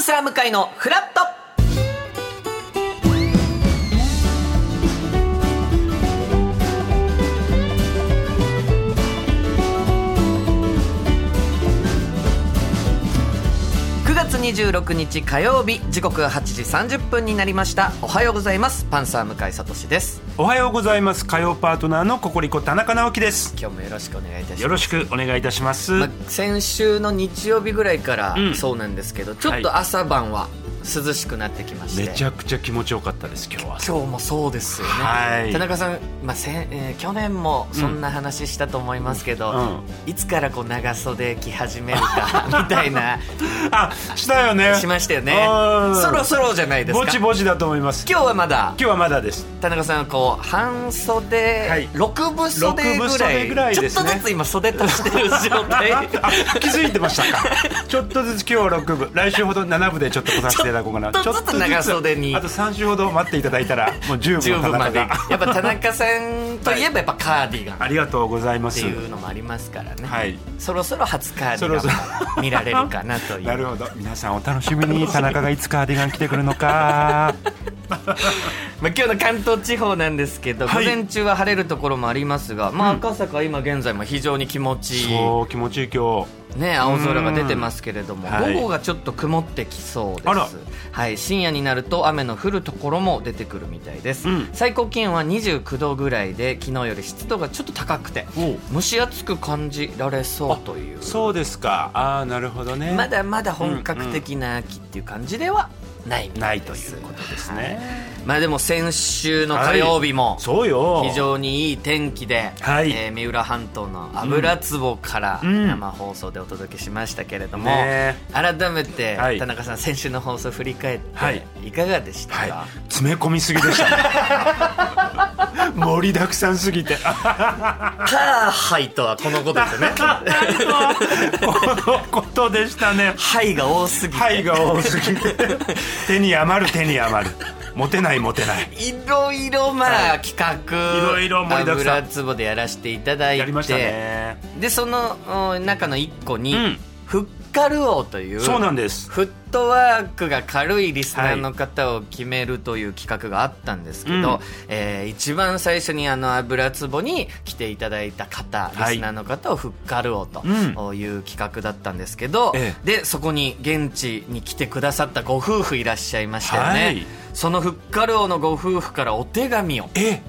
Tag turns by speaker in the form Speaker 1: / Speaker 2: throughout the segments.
Speaker 1: サー向かいのフラット9月26日火曜日時刻は8時30分になりましたおはようございますパンサー向井聡です
Speaker 2: おはようございます火曜パートナーのココリコ田中直樹です
Speaker 1: 今日もよろしくお願いいたします
Speaker 2: よろしくお願いいたします、
Speaker 1: まあ、先週の日曜日ぐらいから
Speaker 2: うん
Speaker 1: そうなんですけど、ちょっと朝晩は涼しくなってきまして、
Speaker 2: めちゃくちゃ気持ちよかったです今日は
Speaker 1: 今日もそうですよね、
Speaker 2: はい
Speaker 1: 田中さん、まあせんえー去年もそんな話したと思いますけど、
Speaker 2: うん
Speaker 1: いつからこう長袖着始める かみたいな
Speaker 2: あしたよね
Speaker 1: しましたよね
Speaker 2: うん
Speaker 1: そろそろじゃないですか
Speaker 2: ぼちぼちだと思います今
Speaker 1: 今日はまだ
Speaker 2: 日はまだです
Speaker 1: 田中さんはこう半袖、
Speaker 2: はい
Speaker 1: 六分袖ぐらい
Speaker 2: 六分袖ぐらいですね
Speaker 1: ちょっとずつ今袖足してる状
Speaker 2: あ
Speaker 1: 態
Speaker 2: あ気づいてました かちょっとずつ今日は6部来週ほど7部でちょっと来させていただこうかな
Speaker 1: ちょっとずつ長袖に
Speaker 2: あと3週ほど待っていただいたらもう十
Speaker 1: 十
Speaker 2: 分
Speaker 1: 分
Speaker 2: 田
Speaker 1: ま
Speaker 2: 中
Speaker 1: で
Speaker 2: が
Speaker 1: やっぱ田中さんといえばやっぱカーディガンっ
Speaker 2: ありがとうございま
Speaker 1: て
Speaker 2: す
Speaker 1: いうのもありますからね、
Speaker 2: はい
Speaker 1: そろそろ初カーディガン
Speaker 2: そろ
Speaker 1: が見られるかなという
Speaker 2: なるほど皆さんお楽しみに田中がいつカーディガン来てくる のか
Speaker 1: まあ、今日の関東地方なんですけど、
Speaker 2: はい
Speaker 1: 午前中は晴れるところもありますが、まあ、赤坂は今現在も非常に気持ちいい、
Speaker 2: そう気持ちいい今日
Speaker 1: ね、青空が出てますけれども、
Speaker 2: うんはい
Speaker 1: 午後がちょっと曇ってきそうです
Speaker 2: あら、
Speaker 1: はい、深夜になると雨の降るところも出てくるみたいです、
Speaker 2: うん
Speaker 1: 最高気温は29度ぐらいで昨日より湿度がちょっと高くて
Speaker 2: おう
Speaker 1: 蒸し暑く感じられそうという
Speaker 2: そうですかああなるほどね
Speaker 1: まだまだ本格的な秋っていう感じではないみたいです、
Speaker 2: ないということですね
Speaker 1: はいまあでも先週の火曜日も
Speaker 2: そうよ
Speaker 1: 非常にいい天気で、
Speaker 2: はい
Speaker 1: えー三浦半島の油壺から
Speaker 2: うん
Speaker 1: 生放送でお届けしましたけれども、
Speaker 2: ね
Speaker 1: 改めて
Speaker 2: はい
Speaker 1: 田中さん先週の放送振り返って
Speaker 2: はい
Speaker 1: いかがでしたか、
Speaker 2: はい詰め込みすぎでし たね盛りだくさんすぎてあ
Speaker 1: カーハイとはこのこと ですね
Speaker 2: このことでしたね
Speaker 1: ハイが多すぎて、
Speaker 2: はいが多すぎて手に余る手に余る持てない持てない
Speaker 1: いろいろまあ、企画
Speaker 2: いろいろ盛りだくさん
Speaker 1: 油壺でやらせていただいて
Speaker 2: やりましたね
Speaker 1: でそのうん中の1個に、
Speaker 2: うん
Speaker 1: ふっかる王という
Speaker 2: そうなんです
Speaker 1: フットワークが軽いリスナーの方を決めるという企画があったんですけど、
Speaker 2: はいうん
Speaker 1: えー一番最初にあの油壺に来ていただいた方、
Speaker 2: はい
Speaker 1: リスナーの方をフッカルオと
Speaker 2: う
Speaker 1: いう企画だったんですけど、
Speaker 2: え
Speaker 1: でそこに現地に来てくださったご夫婦いらっしゃいましたよね、
Speaker 2: はい
Speaker 1: そのフッカルオのご夫婦からお手紙を
Speaker 2: え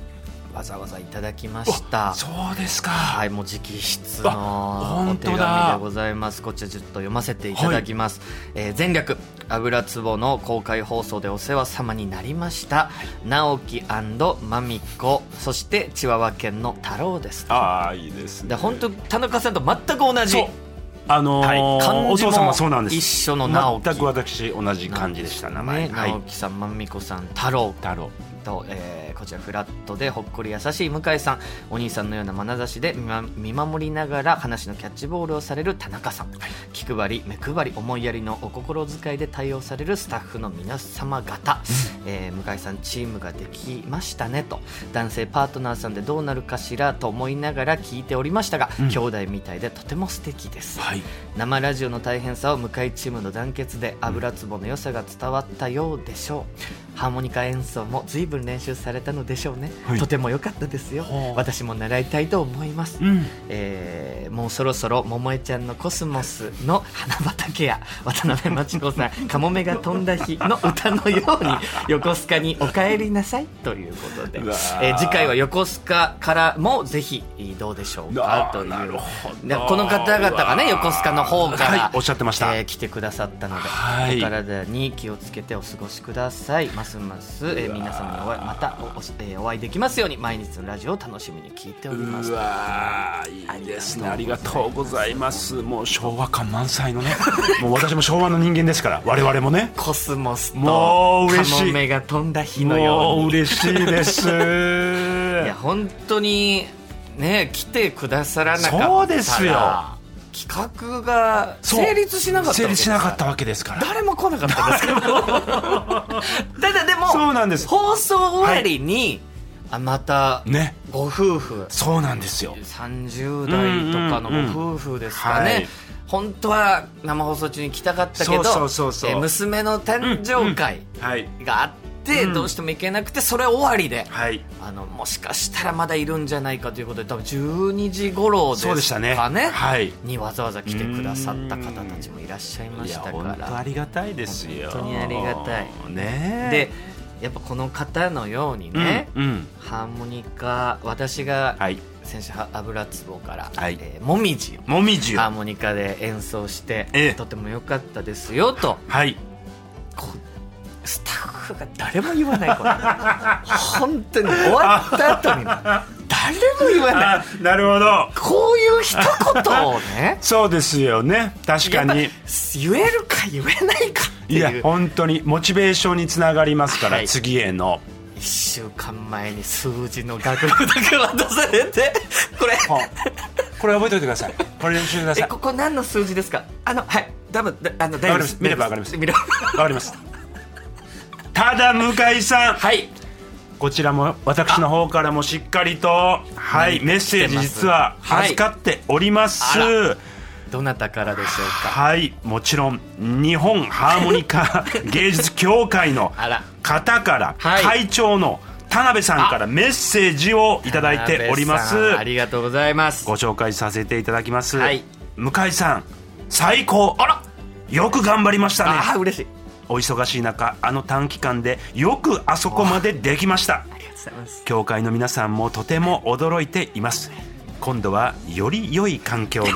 Speaker 1: わざわざいただきました
Speaker 2: そうですか、
Speaker 1: はい、もう直筆の
Speaker 2: あ
Speaker 1: お
Speaker 2: 本
Speaker 1: 手
Speaker 2: 当だ
Speaker 1: 紙でございます。こちらちょっと読ませていただきます。えー前略油壺の公開放送でお世話様になりました。直樹まみこ、そして千葉和県の太郎です。
Speaker 2: ああいいですね
Speaker 1: で本当田中さんと全く同じ
Speaker 2: そう。あのー
Speaker 1: はい漢字も
Speaker 2: お父様そうなんです
Speaker 1: 一緒の直樹
Speaker 2: 全く私同じ感じでした名前、
Speaker 1: ね
Speaker 2: はい
Speaker 1: 直樹さん、まみこさん、太郎
Speaker 2: 太郎
Speaker 1: と、えーこちらフラットでほっこり優しい向井さんお兄さんのような眼差しで見,、見守りながら話のキャッチボールをされる田中さん、気配り目配り思いやりのお心遣いで対応されるスタッフの皆様方、えー向井さんチームができましたねと男性パートナーさんでどうなるかしらと思いながら聞いておりましたが、兄弟みたいでとても素敵です、
Speaker 2: はい
Speaker 1: 生ラジオの大変さを向井チームの団結で油壺の良さが伝わったようでしょうハーモニカ演奏も随分練習されたのでしょうね、
Speaker 2: はい
Speaker 1: とても良かったですよ
Speaker 2: ほう
Speaker 1: 私も習いたいと思います、
Speaker 2: うん
Speaker 1: えーもうそろそろ桃江ちゃんのコスモスの花畑や渡辺真知子さんカモメが飛んだ日の歌のように横須賀にお帰りなさいということで
Speaker 2: うわ、ー
Speaker 1: えー次回は横須賀からもぜひどうでしょうか
Speaker 2: あー
Speaker 1: という
Speaker 2: なるほど
Speaker 1: でこの方々がね横須賀の方から、
Speaker 2: はいおっしゃってました
Speaker 1: えー来てくださったので、
Speaker 2: はい
Speaker 1: お体に気をつけてお過ごしくださいますます、えー皆様にお会いまたおおしえーお会いできますように毎日のラジオを楽しみに聞いております
Speaker 2: うわーいいですね
Speaker 1: あ
Speaker 2: あ
Speaker 1: り
Speaker 2: り
Speaker 1: が
Speaker 2: が
Speaker 1: と
Speaker 2: と
Speaker 1: う
Speaker 2: うございますもう昭和感満 載のねもう私も昭和の人間ですから我々もね
Speaker 1: コスモスと
Speaker 2: もう嬉しい
Speaker 1: カモメが飛んだ日のように
Speaker 2: もう嬉しいです
Speaker 1: いや本当にね来てくださらなかったら
Speaker 2: そうですよ
Speaker 1: 企画が
Speaker 2: そう
Speaker 1: 成立しなかったわけ
Speaker 2: 成
Speaker 1: で
Speaker 2: 立
Speaker 1: す
Speaker 2: し
Speaker 1: から
Speaker 2: なかったわけですから
Speaker 1: 誰も来なか ったですけどただでも
Speaker 2: そうなんです
Speaker 1: 放送終わりに、あまた
Speaker 2: ね
Speaker 1: ご夫婦
Speaker 2: そうなんですよ
Speaker 1: 30代とかのご夫婦ですかね、
Speaker 2: うんうんうんはい
Speaker 1: 本当は生放送中に来たかったけど
Speaker 2: そうそうそうそう
Speaker 1: えー娘の誕生会
Speaker 2: はい
Speaker 1: があって、
Speaker 2: うん
Speaker 1: どうしても行けなくてそれ終わりで、
Speaker 2: はい
Speaker 1: あのもしかしたらまだいるんじゃないかということで多分12時頃です
Speaker 2: そ
Speaker 1: か
Speaker 2: う
Speaker 1: ね
Speaker 2: でしたねはい
Speaker 1: にわざわざ来てくださった方たちもいらっしゃいま
Speaker 2: い
Speaker 1: し
Speaker 2: や
Speaker 1: たか
Speaker 2: 本当あ
Speaker 1: ら
Speaker 2: りがたいですよ
Speaker 1: 本当にありがたい
Speaker 2: ね
Speaker 1: でやっぱこの方のように
Speaker 2: うん
Speaker 1: ね、
Speaker 2: うん
Speaker 1: ハーモニカ私が
Speaker 2: はい
Speaker 1: 先週は油壺から、
Speaker 2: はい
Speaker 1: えーもみじを
Speaker 2: もみじを
Speaker 1: ハーモニカで演奏して、
Speaker 2: ええ
Speaker 1: とても良かったですよと
Speaker 2: はい
Speaker 1: こうスタッフが誰も言わないこ れ本当に終わった後に誰も言わない
Speaker 2: あなるほど
Speaker 1: こういう一言をね
Speaker 2: そうですよね確か
Speaker 1: や
Speaker 2: に
Speaker 1: っぱ言えるか言えないかって
Speaker 2: いや
Speaker 1: いう
Speaker 2: 本当にモチベーションにつながりますから、
Speaker 1: はい
Speaker 2: 次への
Speaker 1: 1週間前に数字の額だけ渡されてこれ
Speaker 2: これ覚えておいてくださいこれ練習してくだ
Speaker 1: え
Speaker 2: さい
Speaker 1: ここ何の数字ですかあのはい多分だあの大丈夫です
Speaker 2: わかります
Speaker 1: 大丈夫です
Speaker 2: わかりますただ向井さん
Speaker 1: はい
Speaker 2: こちらも私の方からもしっかりとはい
Speaker 1: 何
Speaker 2: メッセージ実は
Speaker 1: はい
Speaker 2: 預かっております、
Speaker 1: あ
Speaker 2: はい
Speaker 1: どなたからでしょうか
Speaker 2: もちろん日本ハーモニ カ芸術協会の
Speaker 1: あら
Speaker 2: 方から、
Speaker 1: はい
Speaker 2: 会長の田辺さんからメッセージをいただいておりま
Speaker 1: 田
Speaker 2: す
Speaker 1: 辺さんありがとうございます
Speaker 2: ご紹介させていただきます、
Speaker 1: はい
Speaker 2: 向井さん最高あらよく頑張りましたね
Speaker 1: ああ嬉しい
Speaker 2: お忙しい中あの短期間でよくあそこまでできました
Speaker 1: ありがとうございます
Speaker 2: 教会の皆さんもとても驚いています今度はより良い環 境で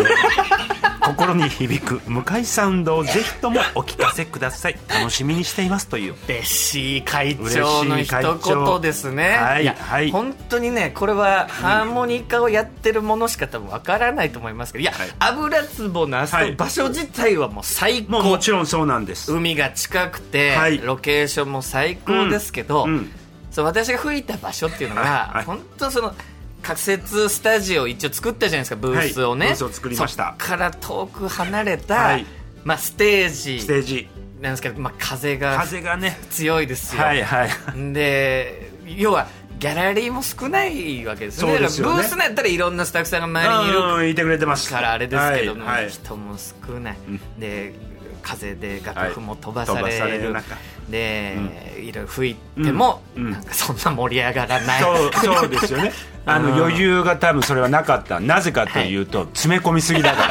Speaker 2: 心に響く向井サウンドをぜひともお聞かせください楽しみにしていますという
Speaker 1: 嬉しい会長の
Speaker 2: 嬉しい
Speaker 1: 一
Speaker 2: 会長
Speaker 1: 言ですね
Speaker 2: はい
Speaker 1: や
Speaker 2: はい
Speaker 1: 本当にねこれはハーモニカをやってるものしか多分わからないと思いますけどいや、
Speaker 2: はい
Speaker 1: 油壺のあそこ
Speaker 2: はい
Speaker 1: 場所自体はもう最
Speaker 2: もう
Speaker 1: 高、
Speaker 2: もちろんそうなんです
Speaker 1: 海が近くて、
Speaker 2: はい
Speaker 1: ロケーションも最高ですけど、
Speaker 2: うんうん
Speaker 1: そう私が吹いた場所っていうのが、
Speaker 2: はい
Speaker 1: 本当その仮設スタジオを一応作ったじゃないですかブースをね、
Speaker 2: はいブースを作りました
Speaker 1: そっから遠く離れた、
Speaker 2: はい
Speaker 1: まあ、ステージ
Speaker 2: ステージ
Speaker 1: なんですけど、まあ、風が
Speaker 2: 風がね
Speaker 1: 強いですよ、
Speaker 2: はいはい
Speaker 1: で要はギャラリーも少ないわけですよね
Speaker 2: そうですよ
Speaker 1: だ
Speaker 2: ね
Speaker 1: からブースなんやったらいろんなスタッフさんが周りにいる
Speaker 2: うんいてくれてます
Speaker 1: からあれですけども、
Speaker 2: はいはい
Speaker 1: 人も少ない、
Speaker 2: うん
Speaker 1: で風で楽譜も飛ばさ
Speaker 2: はい飛ばさ
Speaker 1: れ
Speaker 2: れ
Speaker 1: る、
Speaker 2: る中
Speaker 1: で、いろいろ吹いても、
Speaker 2: うんうん
Speaker 1: なんかそんな盛り上がらない
Speaker 2: そうそうですよね あの余裕が多分それはなかったなぜかというと、詰め込みすぎだか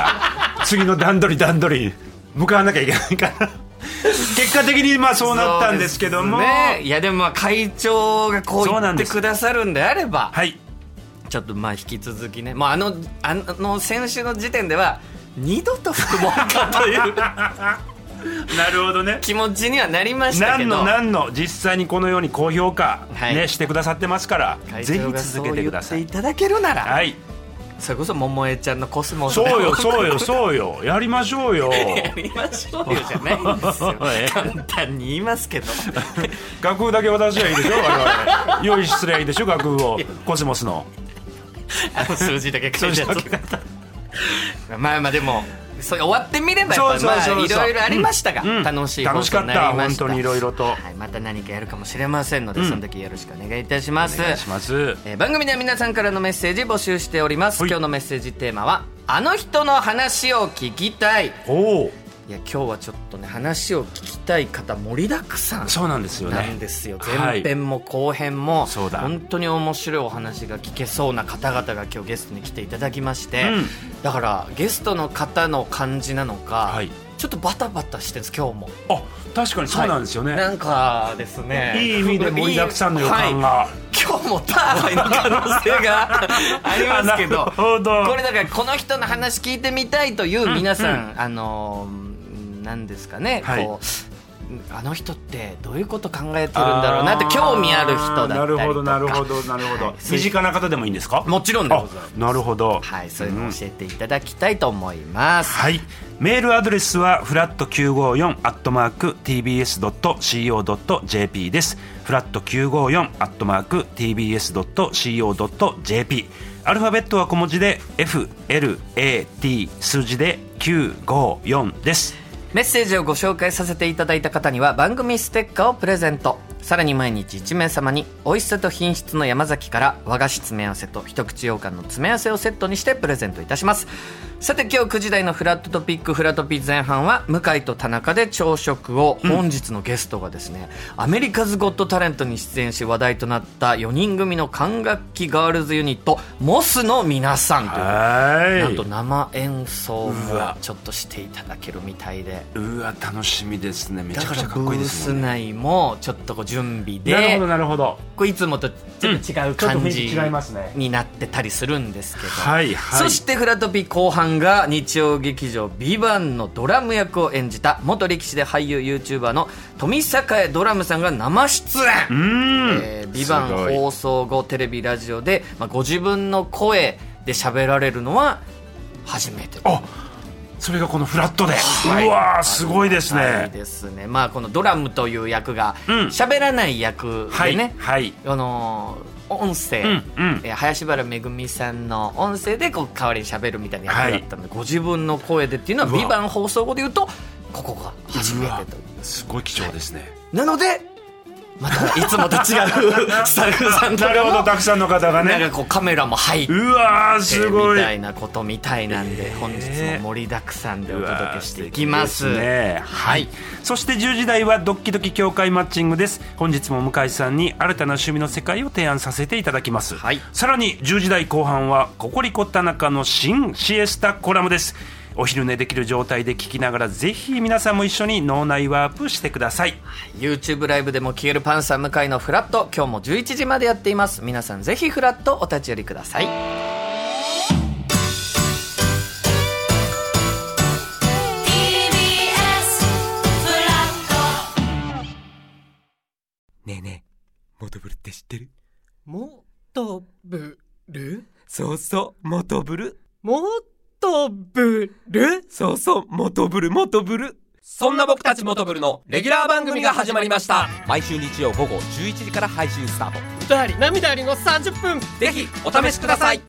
Speaker 2: ら次の段取り段取りに向かわなきゃいけないから結果的にまあそうなったんですけども、
Speaker 1: そうですね、いやでもまあ会長がこう
Speaker 2: そう
Speaker 1: 言
Speaker 2: な
Speaker 1: っ
Speaker 2: ん
Speaker 1: て
Speaker 2: です
Speaker 1: くださるんであれば、
Speaker 2: はい
Speaker 1: ちょっとまあ引き続きね、まあ、あのあの先週の時点では二度と吹くも んかという
Speaker 2: なるほどね
Speaker 1: 気持ちにはなりましたけ
Speaker 2: 何
Speaker 1: ど
Speaker 2: の何の実際にこのように高評価、
Speaker 1: はい
Speaker 2: ね、してくださってますから
Speaker 1: 会
Speaker 2: ぜ
Speaker 1: 長
Speaker 2: ひ
Speaker 1: がそう
Speaker 2: 続けて
Speaker 1: 言
Speaker 2: く
Speaker 1: っ
Speaker 2: ださ
Speaker 1: て
Speaker 2: い
Speaker 1: いただけるなら、
Speaker 2: はい
Speaker 1: それこそ桃江ちゃんのコスモスでも
Speaker 2: そうよそうよそうよやりましょうよ
Speaker 1: やりましょうよじゃないんですよ
Speaker 2: ええ
Speaker 1: 簡単に言います けど
Speaker 2: 楽譜だけ私はいいでしょ我々用意すりゃいいでしょ楽譜をコスモスの
Speaker 1: あの数字だけ書いて
Speaker 2: 数字だ
Speaker 1: まあまあでもそれ終わってみればやっぱ
Speaker 2: そうそうそうそう
Speaker 1: まあいろいろありましたが、
Speaker 2: うんうん
Speaker 1: 楽しい
Speaker 2: 楽しかっ
Speaker 1: 放送に
Speaker 2: た
Speaker 1: なりま
Speaker 2: 本当にいろいろと
Speaker 1: はい、また何かやるかもしれませんので、その時よろしくお願いいたします
Speaker 2: お願いします
Speaker 1: えー番組では皆さんからのメッセージ募集しております
Speaker 2: はい
Speaker 1: 今日のメッセージテーマは「あの人の話を聞きたい」
Speaker 2: おお
Speaker 1: いや今日はちょっとね話を聞きたい方盛りだくさん
Speaker 2: そうなんですよね
Speaker 1: なんですよ
Speaker 2: はい
Speaker 1: 前編も後編も、
Speaker 2: そうだ
Speaker 1: 本当に面白いお話が聞けそうな方々が今日ゲストに来ていただきまして、
Speaker 2: うん
Speaker 1: だからゲストの方の感じなのか、
Speaker 2: はい
Speaker 1: ちょっとバタバタしてるんです今日も
Speaker 2: あ確かにそうなんですよね、
Speaker 1: なんかですね
Speaker 2: い、い意味で盛りだくさんの予感が、
Speaker 1: はい今日もターハイの可能性がありますけ ど
Speaker 2: なるほど
Speaker 1: これだからこの人の話聞いてみたいという皆さん、あのーなんですかね、
Speaker 2: はい
Speaker 1: こうあの人ってどういうこと考えてるんだろうなって興味ある人だったりとか
Speaker 2: なるほどなるほどなるほど、
Speaker 1: はい
Speaker 2: 身近な方でもいいんですか
Speaker 1: もちろんでございます
Speaker 2: あなるほど
Speaker 1: はいそういうのを教えていただきたいと思います、
Speaker 2: はい。メールアドレスはフラット954アットマーク tbs.co.jp です。フラット954アットマーク tbs.co.jp アルファベットは小文字で F L A T 数字で954です。
Speaker 1: メッセージをご紹介させていただいた方には番組ステッカーをプレゼントさらに毎日1名様に美味しさと品質の山崎から和菓子詰め合わせと一口羊羹の詰め合わせをセットにしてプレゼントいたしますさて今日9時台のフラットトピックフラトピー前半は向井と田中で朝食を本日のゲストがですね、アメリカズ・ゴット・タレントに出演し話題となった4人組の管楽器ガールズユニットモスの皆さんという
Speaker 2: は
Speaker 1: なんと生演奏も
Speaker 2: うわ
Speaker 1: ちょっとしていただけるみたいで
Speaker 2: うわ楽しみですねめち
Speaker 1: だ
Speaker 2: ゃ
Speaker 1: か
Speaker 2: くち
Speaker 1: ら
Speaker 2: ゃ
Speaker 1: ブ
Speaker 2: かっこいい
Speaker 1: ー
Speaker 2: です
Speaker 1: ス
Speaker 2: もんね
Speaker 1: 内もちょっとこう準備
Speaker 2: なる
Speaker 1: で
Speaker 2: ほどなるほど
Speaker 1: こういつもとちょっと違う
Speaker 2: ちょっと
Speaker 1: 感
Speaker 2: 雰囲
Speaker 1: じ
Speaker 2: 気違いますね
Speaker 1: になってたりするんですけど、
Speaker 2: はいはい
Speaker 1: そしてフラトピ後半が日曜劇場「ビバンのドラム役を演じた元力士で俳優 YouTuber の富栄ドラムさんが生出演
Speaker 2: うーん、
Speaker 1: えービバン
Speaker 2: すごい
Speaker 1: 放送後テレビラジオで、まあ、ご自分の声で喋られるのは初めて
Speaker 2: あそれがこのフラットで、
Speaker 1: はいう
Speaker 2: わーすごいです
Speaker 1: はい
Speaker 2: ね
Speaker 1: ですねまあこのドラムという役が
Speaker 2: うん
Speaker 1: 喋らない役
Speaker 2: は
Speaker 1: で
Speaker 2: い、
Speaker 1: ね、
Speaker 2: はい
Speaker 1: あのー音声、
Speaker 2: うんうん
Speaker 1: えー林原めぐみさんの音声でこう代わりに喋るみたいな役だったので、ご自分の声でっていうのは「
Speaker 2: うわ
Speaker 1: ビバン放送後で言うとここが初めてという
Speaker 2: すごい貴重ですね、
Speaker 1: なのでまたいつもと違うスタッフさんと
Speaker 2: な
Speaker 1: か
Speaker 2: るほど
Speaker 1: も
Speaker 2: たくさんの方が
Speaker 1: なん
Speaker 2: ね
Speaker 1: かこうカメラも入って
Speaker 2: うわーすご
Speaker 1: み
Speaker 2: い
Speaker 1: たいなことみたいなんで、本日も盛りだくさんでお届けしていきます
Speaker 2: うわー素敵ですね
Speaker 1: はい
Speaker 2: そして10時台はドッキドキ協会マッチングです本日も向井さんに新たな趣味の世界を提案させていただきます、
Speaker 1: はい
Speaker 2: さらに10時台後半はココリコ田中の新シエスタコラムですお昼寝できる状態で聞きながらぜひ皆さんも一緒に脳内ワープしてください
Speaker 1: YouTube ライブでも消えるパンサー向井のフラット今日も11時までやっています皆さんぜひフラットお立ち寄りください
Speaker 3: ねえねえ、モトブルって知ってる
Speaker 4: もとぶる
Speaker 3: そうそう、モトブル。
Speaker 4: もとぶる
Speaker 3: そうそう、モトブル、モトブル。そんな僕たちモトブルのレギュラー番組が始まりました。毎週日曜午後11時から配信スタート。
Speaker 4: 歌あり涙ありの30分
Speaker 3: ぜひ、お試しください。